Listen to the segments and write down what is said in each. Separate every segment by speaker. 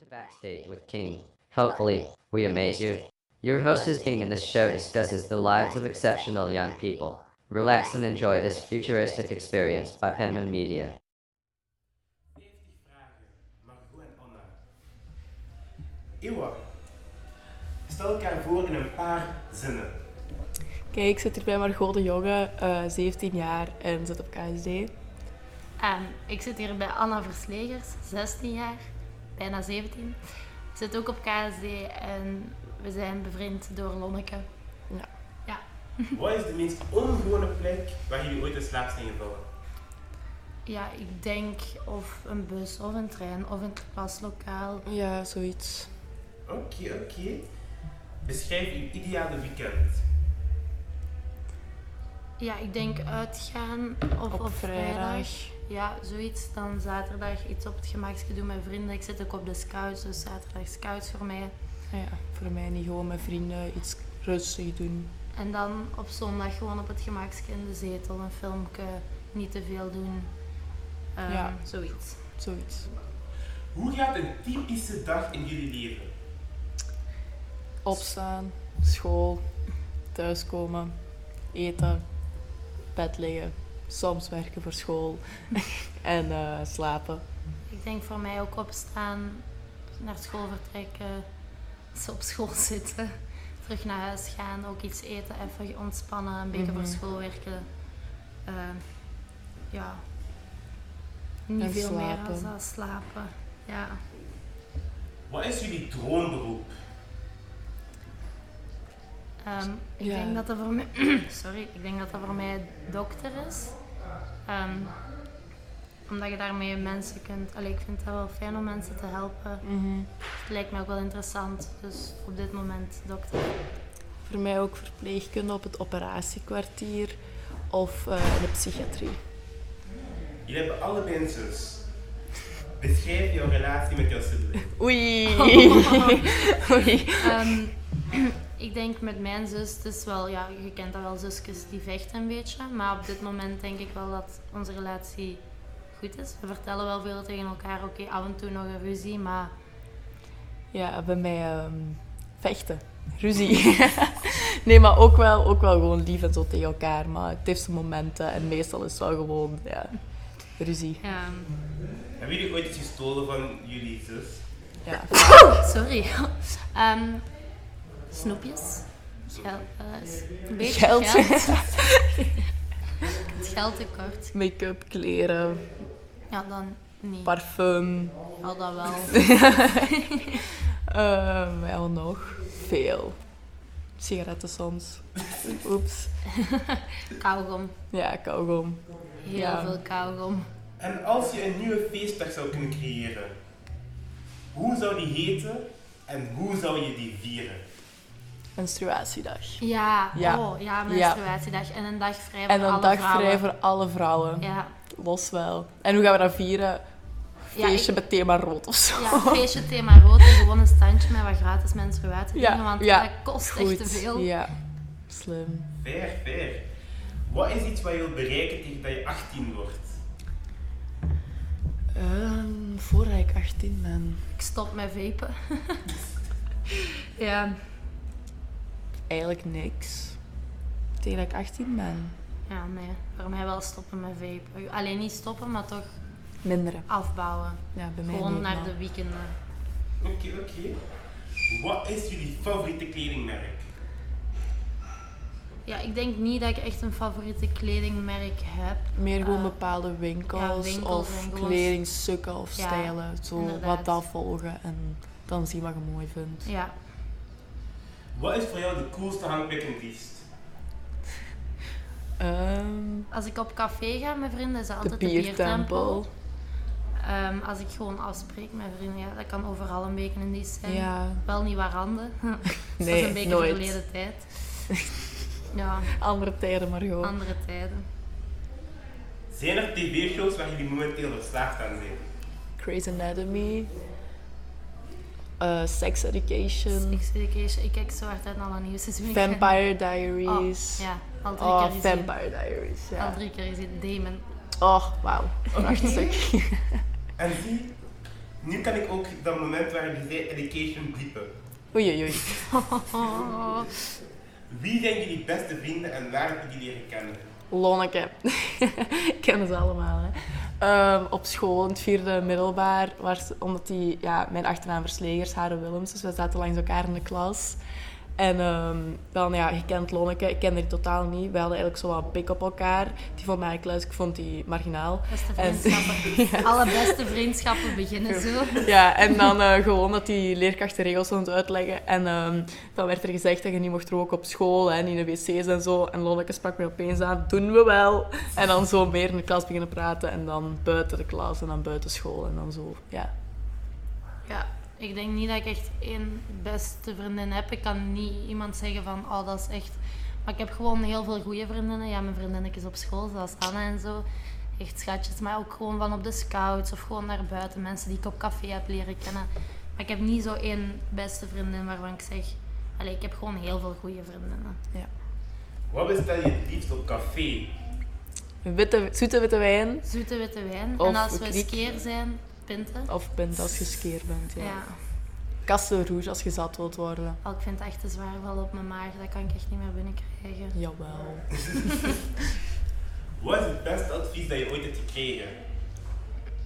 Speaker 1: to Backstage with King. Hopefully, we amaze you. Your host is King, and this show discusses the lives of exceptional young people. Relax and enjoy this futuristic experience by Penman Media.
Speaker 2: 50 vragen, Margot en Anna. Ewa, stel elkaar voor in een paar zinnen.
Speaker 3: Kijk, ik zit hier bij Margot de Jonge, eh, 17 jaar en zit op KSD.
Speaker 4: Ehm, ik zit hier bij Anna Verslegers, 16 jaar, bijna 17. Zit ook op KSD en we zijn bevriend door Lonneke.
Speaker 2: Wat is de meest ongewone plek waar jullie ooit in slaap zijn gevallen?
Speaker 4: Ja, ik denk of een bus of een trein of een klaslokaal.
Speaker 3: Ja, zoiets.
Speaker 2: Oké, oké. Beschrijf uw ideale weekend.
Speaker 4: Ja, ik denk uitgaan of
Speaker 3: Op, vrijdag.
Speaker 4: Ja, zoiets. Dan zaterdag iets op het gemakje doen met vrienden. Ik zit ook op de scouts, dus zaterdag scouts voor mij.
Speaker 3: Ah Ja, voor mij niet gewoon met vrienden iets rustig doen.
Speaker 4: En dan op zondag gewoon op het gemakje in de zetel een filmpje. Niet te veel doen. Ehm,
Speaker 3: Ja.
Speaker 4: Zoiets.
Speaker 3: Zoiets.
Speaker 2: Hoe gaat een typische dag in jullie leven?
Speaker 3: Opstaan, school, thuiskomen, eten, bed liggen, soms werken voor school en eh, slapen.
Speaker 4: Ik denk voor mij ook opstaan, naar school vertrekken, dus op school zitten, terug naar huis gaan, ook iets eten, even ontspannen, een beetje
Speaker 3: Mhm.
Speaker 4: voor school werken. Eh, ja, niet
Speaker 3: En
Speaker 4: veel meer
Speaker 3: slapen.
Speaker 4: als dat, slapen. Ja.
Speaker 2: Wat is jullie droomberoep?
Speaker 4: Ehm, ik
Speaker 3: Ja.
Speaker 4: denk dat dat voor mij, sorry, ik denk dat dat voor mij dokter is. Ehm, omdat je daarmee mensen kunt, allee, ik vind het wel fijn om mensen te helpen. Het lijkt me ook wel interessant, dus op dit moment dokter.
Speaker 3: Voor mij ook verpleegkunde op het operatiekwartier of eh, in de psychiatrie.
Speaker 2: Jullie hebben allebei een zus. Beschrijf jouw relatie met jouw sibling.
Speaker 3: Oei! Oei.
Speaker 4: Ehm, ik denk met mijn zus, het is wel, ja, je kent dat wel, zusjes die vechten een beetje. Maar op dit moment denk ik wel dat onze relatie goed is. We vertellen wel veel tegen elkaar, oké, af en toe nog een ruzie, maar
Speaker 3: Ja, bij mij ehm, vechten. Ruzie. nee, maar ook wel, ook wel gewoon lief en zo tegen elkaar. Maar het heeft zijn momenten en meestal is het wel gewoon ja, ruzie.
Speaker 4: ehm,
Speaker 2: hebben jullie ooit iets gestolen van jullie zus?
Speaker 3: Ja.
Speaker 4: sorry. Ehm, snoepjes. Gel- eh, s- een beetje
Speaker 3: Geld.
Speaker 4: geld. Het geld tekort.
Speaker 3: Make-up, kleren,
Speaker 4: Ja, dan niet.
Speaker 3: parfum.
Speaker 4: Al dat wel.
Speaker 3: Ehm wel nog. Veel. Sigaretten soms. Oeps.
Speaker 4: Kauwgom.
Speaker 3: Ja, kauwgom.
Speaker 4: Heel
Speaker 3: Ja.
Speaker 4: veel kauwgom.
Speaker 2: En als je een nieuwe feestdag zou kunnen creëren, hoe zou die heten en hoe zou je die vieren?
Speaker 3: Menstruatiedag.
Speaker 4: Ja,
Speaker 3: Ja.
Speaker 4: Oh, ja
Speaker 3: Ja.
Speaker 4: menstruatiedag. En een dag vrij voor
Speaker 3: En een
Speaker 4: alle
Speaker 3: dag
Speaker 4: vrouwen.
Speaker 3: vrij voor alle vrouwen.
Speaker 4: Ja.
Speaker 3: Los wel. En hoe gaan we dat vieren?
Speaker 4: Ja,
Speaker 3: Feestje
Speaker 4: ik-
Speaker 3: met thema rood of zo.
Speaker 4: Ja, feestje thema rood en gewoon een standje met wat gratis menstruatie dingen, want dat kost
Speaker 3: goed.
Speaker 4: echt te veel.
Speaker 3: Ja, slim.
Speaker 2: Fair, fair. Wat is iets wat je wilt bereiken tegen dat je 18 wordt?
Speaker 3: voordat Ehm, ik 18 ben.
Speaker 4: Ik stop met vapen. ja,
Speaker 3: Eigenlijk niks. Tegen dat ik 18 ben.
Speaker 4: ja, nee. Voor mij wel stoppen met vapen. Alleen niet stoppen, maar toch
Speaker 3: Minderen.
Speaker 4: afbouwen.
Speaker 3: Ja, bij mij
Speaker 4: gewoon
Speaker 3: niet,
Speaker 4: naar
Speaker 3: maar-
Speaker 4: de weekenden.
Speaker 2: Oké, oké. Wat is jullie favoriete kledingmerk?
Speaker 4: Ja, ik denk niet dat ik echt een favoriete kledingmerk heb.
Speaker 3: Meer gewoon
Speaker 4: Eh,
Speaker 3: bepaalde winkels,
Speaker 4: ja, winkels
Speaker 3: of
Speaker 4: en gewoon-
Speaker 3: kledingstukken of
Speaker 4: Ja,
Speaker 3: stijlen. Zo wat
Speaker 4: inderdaad.
Speaker 3: dat volgen en dan zien wat je mooi vindt.
Speaker 4: Ja,
Speaker 2: Wat is voor jou de coolste hangplek in Diest?
Speaker 3: Ehm,
Speaker 4: als ik op café ga met vrienden, is dat
Speaker 3: de
Speaker 4: altijd
Speaker 3: biertempel.
Speaker 4: Ehm, als ik gewoon afspreek met vrienden, ja, dat kan overal een beetje in die zijn.
Speaker 3: Ja.
Speaker 4: Wel niet waar handen. dat
Speaker 3: Nee,
Speaker 4: is een beetje
Speaker 3: nooit.
Speaker 4: verleden tijd. ja,
Speaker 3: Andere tijden maar gewoon.
Speaker 4: andere tijden.
Speaker 2: Zijn er tv-shows waar jullie momenteel verslaafd aan zijn?
Speaker 3: Crazy Anatomy. eh, sex Education.
Speaker 4: Dus Ik zit een ik kijk zo hard uit naar alle nieuws. dus ik ben-
Speaker 3: Vampire
Speaker 4: Oh,
Speaker 3: Diaries.
Speaker 4: ja, al drie
Speaker 3: Oh,
Speaker 4: keer gezien.
Speaker 3: Vampire Diaries,
Speaker 4: Al
Speaker 3: ja.
Speaker 4: drie keer gezien. Damon.
Speaker 3: Oh, wauw. Prachtig.
Speaker 2: En zie, Nu kan ik ook dat moment waar je zei education bliepen.
Speaker 3: Oei, oei, oei.
Speaker 4: Oh,
Speaker 2: Wie zijn jullie beste vrienden en waar heb je die leren kennen?
Speaker 3: Lonneke. Ik ken ze allemaal. Hè. Ehm, op school, in het vierde middelbaar, waar ze- omdat die, ja, mijn achternaam verslegers, Hare Willems, dus we zaten langs elkaar in de klas. En ehm, dan, ja, je kent Lonneke, ik kende die totaal niet. We hadden eigenlijk zo wat pik op elkaar. Die vond mij kluis, ik vond die marginaal.
Speaker 4: beste
Speaker 3: En-
Speaker 4: vriendschappen. Alle beste vriendschappen beginnen zo.
Speaker 3: Ja, en dan eh, gewoon dat die leerkrachten regels stond uitleggen. En ehm, dan werd er gezegd dat je niet mocht roken op school en in de wc's en zo. En Lonneke sprak me opeens aan, doen we wel. En dan zo meer in de klas beginnen praten. En dan buiten de klas en dan buiten school. En dan zo, ja.
Speaker 4: Ja, ik denk niet dat ik echt één beste vriendin heb. Ik kan niet iemand zeggen van, oh, dat is echt... Maar ik heb gewoon heel veel goede vriendinnen. Ja, mijn vriendinnetjes op school, zoals Anna en zo. Echt schatjes, maar ook gewoon van op de scouts of gewoon naar buiten. Mensen die ik op café heb leren kennen. Maar ik heb niet zo één beste vriendin waarvan ik zeg... Allee, ik heb gewoon heel veel goede vriendinnen.
Speaker 2: Wat bestel je het liefst op café?
Speaker 3: Witte, zoete witte wijn.
Speaker 4: Zoete witte wijn.
Speaker 3: Of
Speaker 4: en als we
Speaker 3: kriek.
Speaker 4: skeer zijn, pinten.
Speaker 3: Of bent als je skeer bent, ja.
Speaker 4: Ja.
Speaker 3: Kasten rouge als je zat wilt worden.
Speaker 4: Al, ik vind het echt te zwaar wel op mijn maag. Dat kan ik echt niet meer binnenkrijgen.
Speaker 3: Jawel.
Speaker 2: Wat is het beste advies dat je ooit hebt gekregen?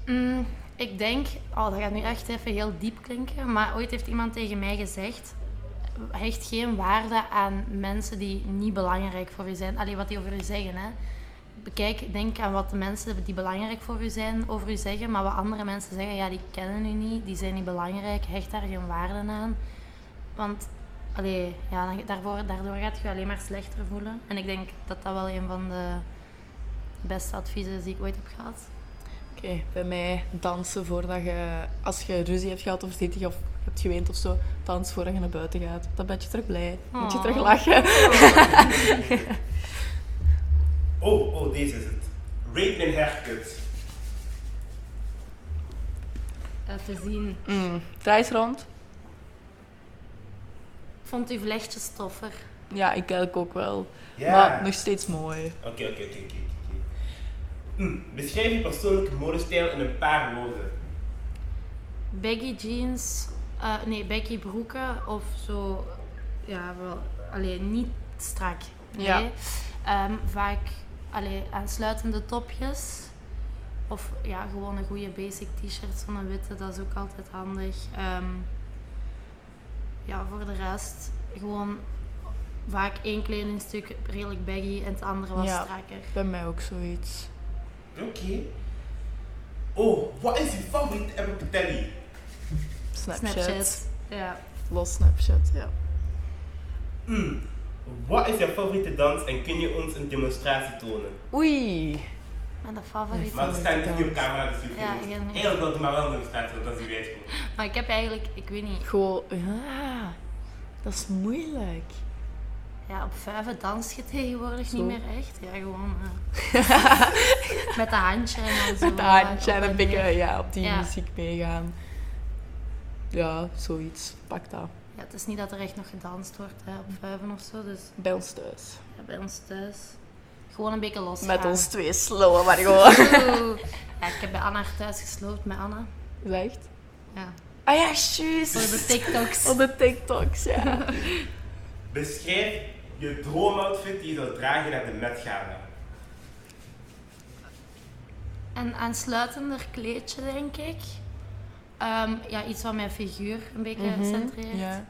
Speaker 4: Mm, ik denk, oh, dat gaat nu echt even heel diep klinken, maar ooit heeft iemand tegen mij gezegd: hecht geen waarde aan mensen die niet belangrijk voor u zijn. Allee, wat die over u zeggen, hè. Bekijk, denk aan wat de mensen die belangrijk voor u zijn, over u zeggen, maar wat andere mensen zeggen, ja, die kennen u niet, die zijn niet belangrijk, hecht daar geen waarde aan. Want, allee, ja, dan- daarvoor, daardoor gaat je je alleen maar slechter voelen. En ik denk dat dat wel een van de beste adviezen is die ik ooit heb gehad.
Speaker 3: Oké, bij mij dansen voordat je, als je ruzie hebt gehad of verdrietig of hebt geweend of zo, dans voordat je naar buiten gaat. Dan ben je terug blij. Dan moet je
Speaker 4: Aw.
Speaker 3: terug lachen.
Speaker 2: Oh, oh, deze is het. Rate mijn haircut.
Speaker 4: Eh, te zien.
Speaker 3: Mm. Draai eens rond.
Speaker 4: Ik vond uw vlechtjes toffer.
Speaker 3: Ja, ik kijk ook wel.
Speaker 2: Ja.
Speaker 3: Maar nog steeds mooi.
Speaker 2: Oké, oké, oké, oké. oké. Hm, Beschrijf je persoonlijke modestijl in een paar woorden.
Speaker 4: Baggy jeans, eh, nee, baggy broeken of zo. Ja, wel. Alleen niet strak. Nee.
Speaker 3: Ja.
Speaker 4: Ehm, vaak allee, aansluitende topjes. Of ja, gewoon een goede basic t-shirt, zo'n witte, dat is ook altijd handig. Ehm, ja, voor de rest gewoon vaak één kledingstuk redelijk baggy en het andere wat
Speaker 3: Ja.
Speaker 4: strakker.
Speaker 3: Bij mij ook zoiets.
Speaker 2: Oké. Oh, wat is je favoriete app op telly?
Speaker 3: Snapchat.
Speaker 4: Snapchat. Ja.
Speaker 3: Los Snapchat, ja.
Speaker 2: Hm, Wat is je favoriete dans en kun je ons een demonstratie tonen?
Speaker 3: Oei.
Speaker 4: Mijn favoriete.
Speaker 2: Maar we staan niet
Speaker 3: dans.
Speaker 2: op camera, dus je
Speaker 4: Ja,
Speaker 2: hoeft
Speaker 4: heel
Speaker 2: niet.
Speaker 4: goed.
Speaker 2: Heel goed, maar wel een demonstratie, want dat is weer
Speaker 4: Maar ik heb eigenlijk, ik weet niet,
Speaker 3: Gewoon, ja. Dat is moeilijk.
Speaker 4: ja, op vijven dans je tegenwoordig
Speaker 3: Zo.
Speaker 4: niet meer echt. Ja, gewoon eh, met de handje en zo. eh,
Speaker 3: Met de handje en
Speaker 4: op
Speaker 3: een beetje
Speaker 4: neer.
Speaker 3: ja, op die
Speaker 4: Ja.
Speaker 3: muziek meegaan. Ja, zoiets. Pak dat.
Speaker 4: Ja, het is niet dat er echt nog gedanst wordt hè, op vijven of zo. Dus
Speaker 3: Bij ons thuis.
Speaker 4: ja, bij ons thuis gewoon een beetje los.
Speaker 3: Met ons twee slowen, maar gewoon.
Speaker 4: Ja, ik heb bij Anna haar thuis gesloopt met Anna.
Speaker 3: Zegt.
Speaker 4: Ja.
Speaker 3: Ah ja,
Speaker 4: Voor de
Speaker 3: juist.
Speaker 4: TikToks.
Speaker 3: Op de TikToks, ja.
Speaker 2: Beschrijf je droomoutfit die je zou dragen naar de met gala.
Speaker 4: Een aansluitender kleedje, denk ik. Ehm, ja, iets wat mijn figuur een beetje centreert.
Speaker 3: Mhm, Ja,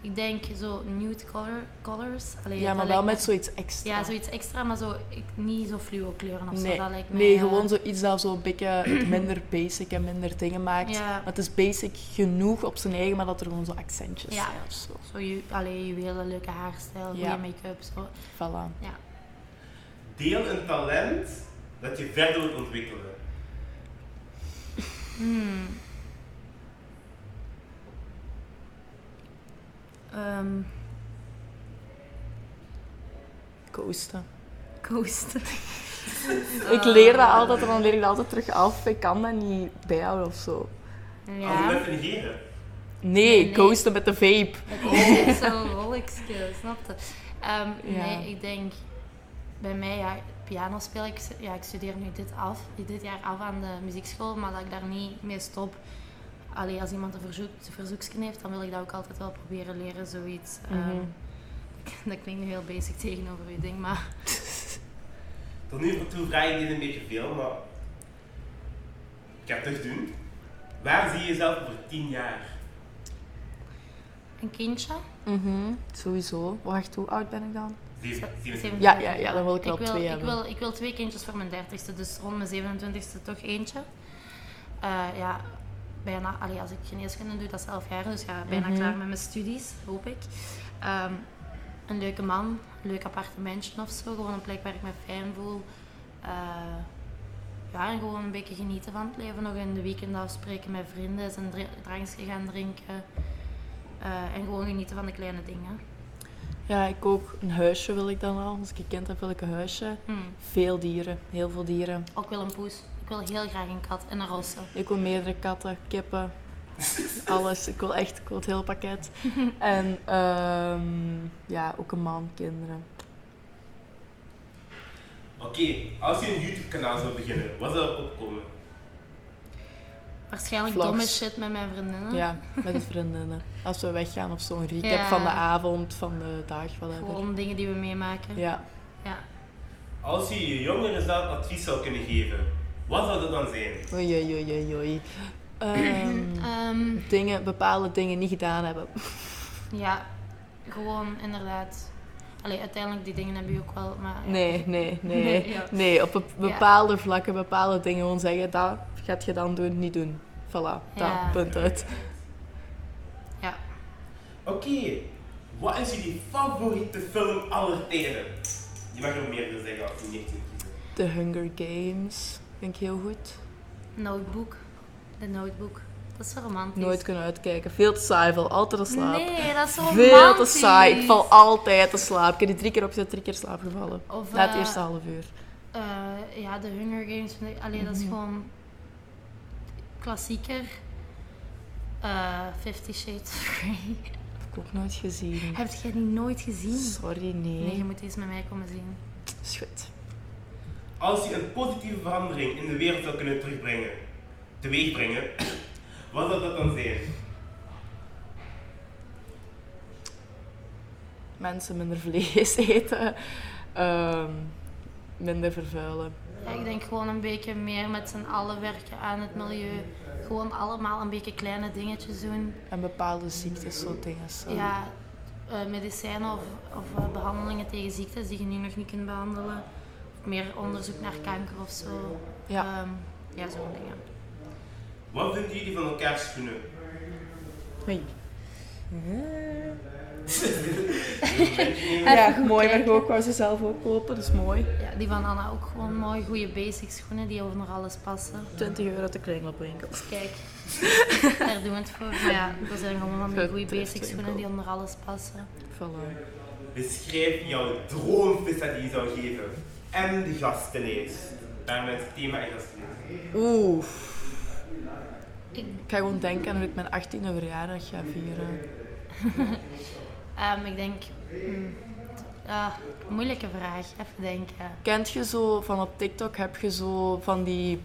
Speaker 4: Ik denk zo nude color, colors. Allee,
Speaker 3: ja
Speaker 4: dat
Speaker 3: maar
Speaker 4: lijkt
Speaker 3: wel
Speaker 4: me-
Speaker 3: met zoiets extra.
Speaker 4: Ja, zoiets extra, maar zo, ik, niet zo fluo kleuren of
Speaker 3: Nee,
Speaker 4: zo. Dat lijkt eh, me,
Speaker 3: nee
Speaker 4: ja.
Speaker 3: gewoon zoiets dat zo'n beetje het minder basic en minder dingen maakt.
Speaker 4: Ja.
Speaker 3: Maar het is basic genoeg op zijn eigen, maar dat er gewoon zo accentjes
Speaker 4: Ja.
Speaker 3: zijn of zo.
Speaker 4: Zo je, allee, juwelen, leuke haarstijl,
Speaker 3: Ja.
Speaker 4: goede make-up, zo.
Speaker 3: Voilà.
Speaker 4: Ja.
Speaker 2: Deel een talent dat je verder wilt ontwikkelen.
Speaker 4: Ehm,
Speaker 3: Coasten.
Speaker 4: coasten.
Speaker 3: Ik leer dat altijd en dan leer ik dat altijd terug af. Ik kan dat niet bijhouden of zo.
Speaker 2: Als je
Speaker 4: Ja,
Speaker 2: dat te negeren.
Speaker 3: Nee,
Speaker 4: nee.
Speaker 3: coasten met de vape.
Speaker 4: het is echt zo'n wolkje, snap je? Ehm,
Speaker 3: Ja.
Speaker 4: Nee, ik denk... Bij mij, ja, piano speel ik... Ja, ik studeer nu dit af, dit jaar af aan de muziekschool, maar dat ik daar niet mee stop. allee, als iemand een verzoek, een verzoeksknie heeft, dan wil ik dat ook altijd wel proberen leren, zoiets. Ehm,
Speaker 3: Mhm.
Speaker 4: dat klinkt nu heel basic tegenover uw ding, maar
Speaker 2: Tot nu toe vraag ik dit een beetje veel, maar ik ga het toch doen. Waar zie je jezelf over tien jaar?
Speaker 4: een kindje.
Speaker 3: Mhm, Sowieso. Wacht, hoe oud ben ik dan?
Speaker 2: Zeven- zeven-
Speaker 4: 27.
Speaker 3: Ja, ja, ja, dan wil ik wel twee
Speaker 4: ik
Speaker 3: hebben.
Speaker 4: Wil, ik wil twee kindjes voor mijn dertigste, dus rond mijn 27ste toch eentje. Eh, ja, bijna, allee, als ik geneeskunde doe, dat is elf jaar, dus ja, bijna
Speaker 3: Mhm.
Speaker 4: klaar met mijn studies, hoop ik. Ehm, een leuke man, een leuk appartementje of zo, gewoon een plek waar ik me fijn voel. Eh, ja, en gewoon een beetje genieten van het leven. Nog in de weekenden afspreken met vrienden, eens een dri- drankje gaan drinken. Eh, en gewoon genieten van de kleine dingen.
Speaker 3: Ja, ik ook. Een huisje wil ik dan al. Als ik een kind heb, wil ik een huisje.
Speaker 4: Hmm.
Speaker 3: Veel dieren. Heel veel dieren.
Speaker 4: Ook wel een poes. Ik wil heel graag een kat en een rosse.
Speaker 3: Ik wil meerdere katten, kippen, alles. Ik wil echt, ik wil het hele pakket. En ehm, ja, ook een man, kinderen.
Speaker 2: Oké, als je een YouTube kanaal zou beginnen, wat zou er opkomen?
Speaker 4: Waarschijnlijk
Speaker 3: Vlogs.
Speaker 4: domme shit met mijn vriendinnen.
Speaker 3: Ja, met de vriendinnen. Als we weggaan of zo'n recap
Speaker 4: Ah. Ja.
Speaker 3: van de avond, van de dag, whatever.
Speaker 4: Gewoon dingen die we meemaken.
Speaker 3: Ja.
Speaker 4: Ja.
Speaker 2: Als je je jongeren zelf advies zou kunnen geven, wat zou dat dan zijn?
Speaker 3: Oei, oei, oei, oei, oei. Ehm,
Speaker 4: Ehm,
Speaker 3: dingen, bepaalde dingen niet gedaan hebben.
Speaker 4: ja, gewoon inderdaad. Allee, uiteindelijk die dingen heb je ook wel, maar... ja.
Speaker 3: Nee, nee, nee.
Speaker 4: Nee,
Speaker 3: Nee,
Speaker 4: ja.
Speaker 3: op be- bepaalde vlakken, bepaalde dingen gewoon zeggen, dat gaat je dan doen, niet doen. Voilà,
Speaker 4: Ja.
Speaker 3: dat, punt uit.
Speaker 4: Ja.
Speaker 2: Oké, wat is jullie favoriete film aller tijden? Je mag er meer dan zeggen als je niet kunt kiezen.
Speaker 3: The Hunger Games, vind ik heel goed.
Speaker 4: Notebook. De notebook. Dat is zo romantisch.
Speaker 3: Nooit kunnen uitkijken. Veel te saai, val altijd te slaap.
Speaker 4: Nee, dat is zo romantisch.
Speaker 3: Veel te saai. Ik val altijd te slaap. Ik heb die drie keer opzet, drie keer slaapgevallen.
Speaker 4: Of,
Speaker 3: Na het
Speaker 4: eh,
Speaker 3: eerste half uur.
Speaker 4: Eh, ja, de Hunger Games vind ik... Allee,
Speaker 3: Mhm.
Speaker 4: dat is gewoon... Klassieker. Eh, Fifty Shades of Grey.
Speaker 3: Heb ik ook nooit gezien.
Speaker 4: Heb jij die nooit gezien?
Speaker 3: Sorry, nee.
Speaker 4: Nee, je moet eens met mij komen zien.
Speaker 3: Is goed.
Speaker 2: Als je een positieve verandering in de wereld zou kunnen terugbrengen, teweegbrengen, wat zou dat dan zijn?
Speaker 3: Mensen minder vlees eten. Ehm, minder vervuilen.
Speaker 4: Ja, ik denk gewoon een beetje meer met z'n allen werken aan het milieu. Gewoon allemaal een beetje kleine dingetjes doen.
Speaker 3: En bepaalde ziektes, zo dingen. Zo.
Speaker 4: Ja, eh, medicijnen of, of eh, behandelingen tegen ziektes die je nu nog niet kunt behandelen. Of meer onderzoek naar kanker of zo.
Speaker 3: Ja.
Speaker 4: Ehm, ja, zo'n dingen.
Speaker 2: Wat vinden jullie van elkaar schoenen?
Speaker 3: Oei.
Speaker 4: Even
Speaker 3: Ja,
Speaker 4: goed
Speaker 3: mooi, maar ik
Speaker 4: kijken.
Speaker 3: ook wou ze zelf ook kopen, dat is mooi.
Speaker 4: Ja, die van Anna ook gewoon mooi. Goede basic schoenen die onder alles passen.
Speaker 3: 20 euro te krijgen op winkel.
Speaker 4: Dus kijk, daar doen we het voor. Maar ja, dat zijn gewoon van die goede basic schoenen die onder alles passen.
Speaker 3: Voilà.
Speaker 2: Beschrijf jouw droomvisa die je zou geven. En de gastenlijst. Daarmee het thema en gastenlijst.
Speaker 3: Oeh.
Speaker 4: Ik
Speaker 3: Ik ga gewoon denken aan hoe ik mijn 18e verjaardag ga vieren.
Speaker 4: Ehm, ik denk. mm, ah, moeilijke vraag, even denken.
Speaker 3: Kent je zo van op TikTok heb je zo van die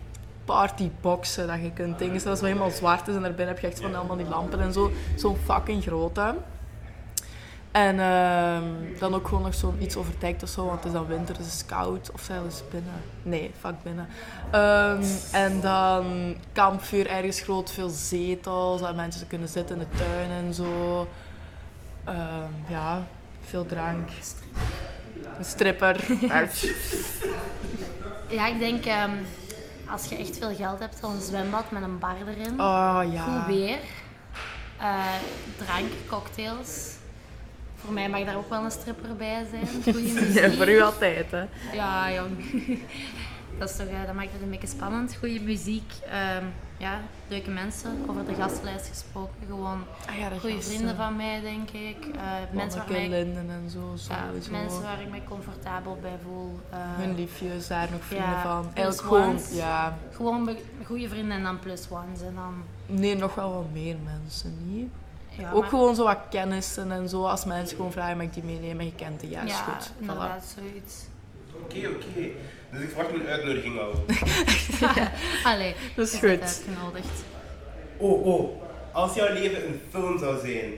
Speaker 3: partyboxen dat je kunt dingen dat zo helemaal zwart is en daarbinnen heb je echt van allemaal die lampen en zo. Zo'n fucking grote. En ehm, dan ook gewoon nog zo'n iets overdekt of zo, want het is dan winter, dus het is koud. Of zelfs binnen. Nee, vaak binnen. Ehm, en dan kampvuur ergens groot, veel zetels, dat mensen kunnen zitten in de tuin en zo. Ehm, ja, veel drank. Een stripper.
Speaker 4: Ja, ik denk ehm, als je echt veel geld hebt, dan een zwembad met een bar erin.
Speaker 3: Oh
Speaker 4: Goed
Speaker 3: ja.
Speaker 4: weer. Eh, drank, cocktails. Voor mij mag daar ook wel een stripper bij zijn. Goeie muziek.
Speaker 3: Ja, voor u altijd, hè.
Speaker 4: Ja, jong. Dat, is toch, eh, dat maakt het een beetje spannend. Goede muziek, ehm, ja, leuke mensen. Over de gastenlijst gesproken, gewoon
Speaker 3: Ah ja, de
Speaker 4: goede
Speaker 3: gasten.
Speaker 4: vrienden van mij, denk ik. Eh, mensen
Speaker 3: Manneke
Speaker 4: waarmee ik
Speaker 3: Linden en zo,
Speaker 4: Ja,
Speaker 3: sowieso.
Speaker 4: mensen waar ik me comfortabel bij voel. Eh,
Speaker 3: Hun liefjes, daar nog vrienden
Speaker 4: Ja,
Speaker 3: van.
Speaker 4: plus
Speaker 3: Eigenlijk gewoon,
Speaker 4: ones.
Speaker 3: ja.
Speaker 4: Gewoon be- goede vrienden en dan plus ones. En dan,
Speaker 3: Nee, nog wel wat meer mensen, niet?
Speaker 4: ja,
Speaker 3: Ook
Speaker 4: maar-
Speaker 3: gewoon zo wat kennissen en zo. Als mensen gewoon vragen, mag ik die meenemen? Je kent die, ja, is
Speaker 4: Ja,
Speaker 3: goed. Voilà.
Speaker 4: inderdaad, zoiets.
Speaker 2: Oké, oké. Dus ik verwacht mijn uitnodiging al.
Speaker 4: Allee,
Speaker 3: Dat is
Speaker 4: je bent
Speaker 3: goed.
Speaker 4: uitgenodigd.
Speaker 2: Oh, oh. Als jouw leven een film zou zijn,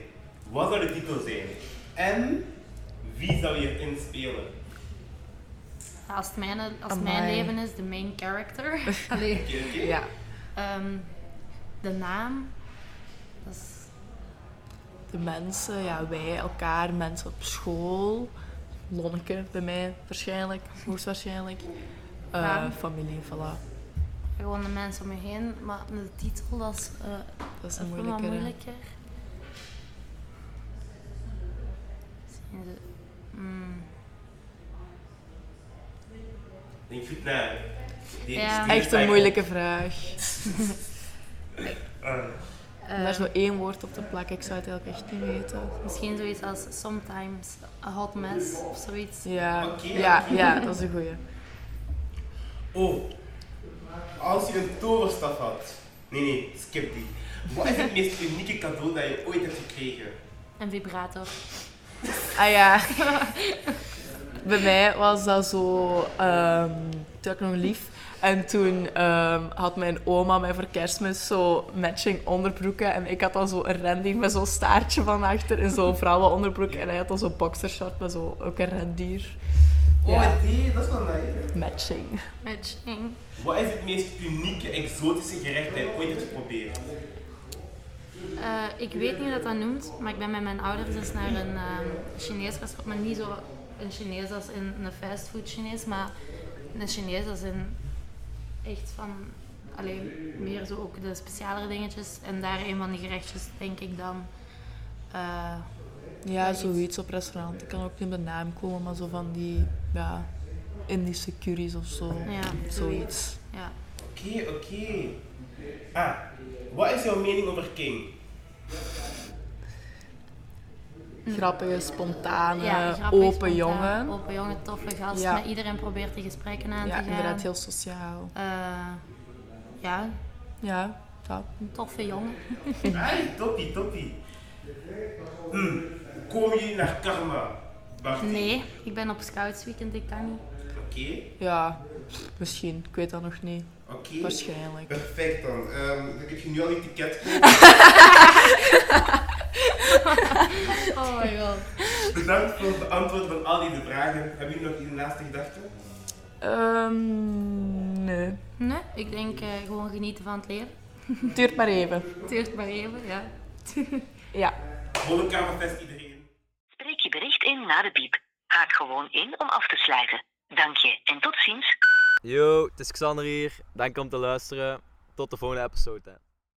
Speaker 2: wat zou de titel zijn? En wie zou je erin spelen?
Speaker 4: Als het mijn, als het mijn
Speaker 3: Amai.
Speaker 4: leven is, de main character. Allee.
Speaker 2: Oké, oké.
Speaker 3: Ja.
Speaker 4: Ehm, de naam. Dat is
Speaker 3: De mensen, ja, wij, elkaar, mensen op school. Lonneke bij mij, waarschijnlijk. Hoogstwaarschijnlijk. Eh,
Speaker 4: Ja.
Speaker 3: Familie, voilà.
Speaker 4: gewoon de mensen om je heen. Maar de titel, dat is, eh
Speaker 3: Dat is
Speaker 4: dat
Speaker 3: een
Speaker 4: vind ik wel
Speaker 3: moeilijke.
Speaker 4: moeilijker. Misschien de- mm.
Speaker 2: Denk goed na. Deze
Speaker 4: Ja.
Speaker 2: stuurt
Speaker 3: Echt een
Speaker 2: mij
Speaker 3: moeilijke vraag.
Speaker 2: op. Eh,
Speaker 3: En daar is maar één woord op te plakken, ik zou het eigenlijk echt niet weten.
Speaker 4: Misschien zoiets als sometimes a hot mess of zoiets.
Speaker 3: Ja,
Speaker 2: Oké.
Speaker 3: ja, ja, dat is een goeie.
Speaker 2: Oh, als je een toverstaf had. Nee, nee, skip die. Wat is het meest unieke cadeau dat je ooit hebt gekregen?
Speaker 4: Een vibrator.
Speaker 3: Ah ja. Bij mij was dat zo. ehm toen had ik nog lief. En toen ehm, had mijn oma mij voor kerstmis zo matching onderbroeken. En ik had dan zo een rendier met zo'n staartje van achter in zo'n vrouwenonderbroek. En hij had dan zo'n boxershort met zo ook een rendier. Ja,
Speaker 2: Oh, nee, dat is wel nice.
Speaker 3: matching.
Speaker 4: Matching.
Speaker 2: Wat is het meest unieke, exotische gerecht dat je ooit hebt geprobeerd?
Speaker 4: Eh, ik weet niet hoe dat dat noemt, maar ik ben met mijn ouders eens naar een ehm, Chinees restaurant. Maar niet zo een Chinees als in een fastfood Chinees, maar een Chinees als in echt van alleen meer zo ook de specialere dingetjes. En daar een van die gerechtjes denk ik dan. eh,
Speaker 3: Ja, zoiets op restaurant. Ik kan ook niet op de naam komen, maar zo van die. Ja, Indische curry's of zo.
Speaker 4: Ja,
Speaker 3: zoiets.
Speaker 4: ja.
Speaker 2: Oké, oké. Ah, wat is jouw mening over King?
Speaker 3: Grappige, spontane,
Speaker 4: Mm. ja grappig,
Speaker 3: Eh, open
Speaker 4: spontaan,
Speaker 3: jongen.
Speaker 4: Open jongen, toffe gast.
Speaker 3: Ja.
Speaker 4: Met iedereen probeert die gesprekken aan
Speaker 3: Ja,
Speaker 4: te gaan.
Speaker 3: inderdaad, heel sociaal.
Speaker 4: Eh, ja,
Speaker 3: Ja, dat.
Speaker 4: een toffe jongen.
Speaker 2: Ai, toppie, toppie. Hm, Komen jullie naar Karma? Bart?
Speaker 4: Nee, ik ben op scoutsweekend, ik kan niet.
Speaker 2: Oké,
Speaker 3: Ja, pff, misschien. Ik weet dat nog niet.
Speaker 2: oké.
Speaker 3: Waarschijnlijk.
Speaker 2: Perfect dan. Ehm, ik heb je nu al een ticket
Speaker 4: Oh my god.
Speaker 2: Bedankt voor het beantwoorden van al deze vragen. Hebben jullie nog een laatste gedachte?
Speaker 3: Ehm nee.
Speaker 4: Nee, ik denk eh, gewoon genieten van het leven.
Speaker 3: Duurt maar even.
Speaker 4: Het duurt maar even, ja.
Speaker 3: Ja.
Speaker 2: Volle kamerfest iedereen.
Speaker 5: Spreek je bericht in na de piep. Haak gewoon in om af te sluiten. Dank je en tot ziens.
Speaker 6: Yo, het is Xander hier. Dank om te luisteren. Tot de volgende episode. hè.